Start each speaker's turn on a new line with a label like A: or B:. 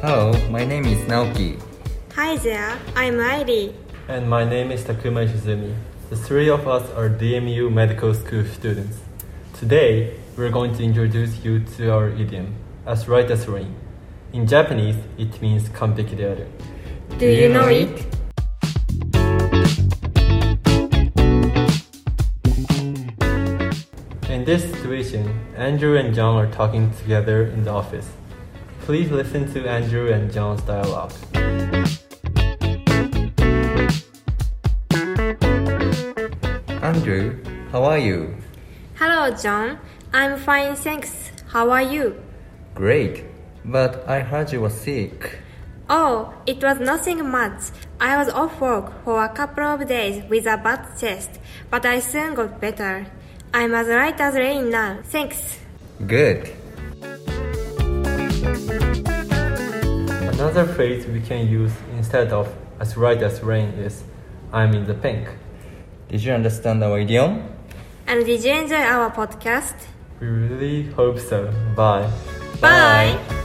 A: My name is Naoki.
B: Hi there, I'm Riley.
C: And my name is Takuma Shizumi. The three of us are DMU medical school students. Today, we're going to introduce you to our idiom, as right as rain. In Japanese, it means kampekidearu.
B: Do you know it?
C: In this situation, Andrew and John are talking together in the office. Please listen to Andrew and John's dialogue.
A: Andrew, how are you?
B: Hello, John. I'm fine, thanks. How are you?
A: Great. But I heard you were sick.
B: Oh, it was nothing much. I was off work for a couple of days with a bad chest, but I soon got better. I'm as light as rain now. Thanks.
A: Good.
C: Another phrase we can use instead of as right as rain is I'm in the pink.
A: Did you understand our idiom?
B: And did you enjoy our podcast?
C: We really hope so. Bye.
B: Bye.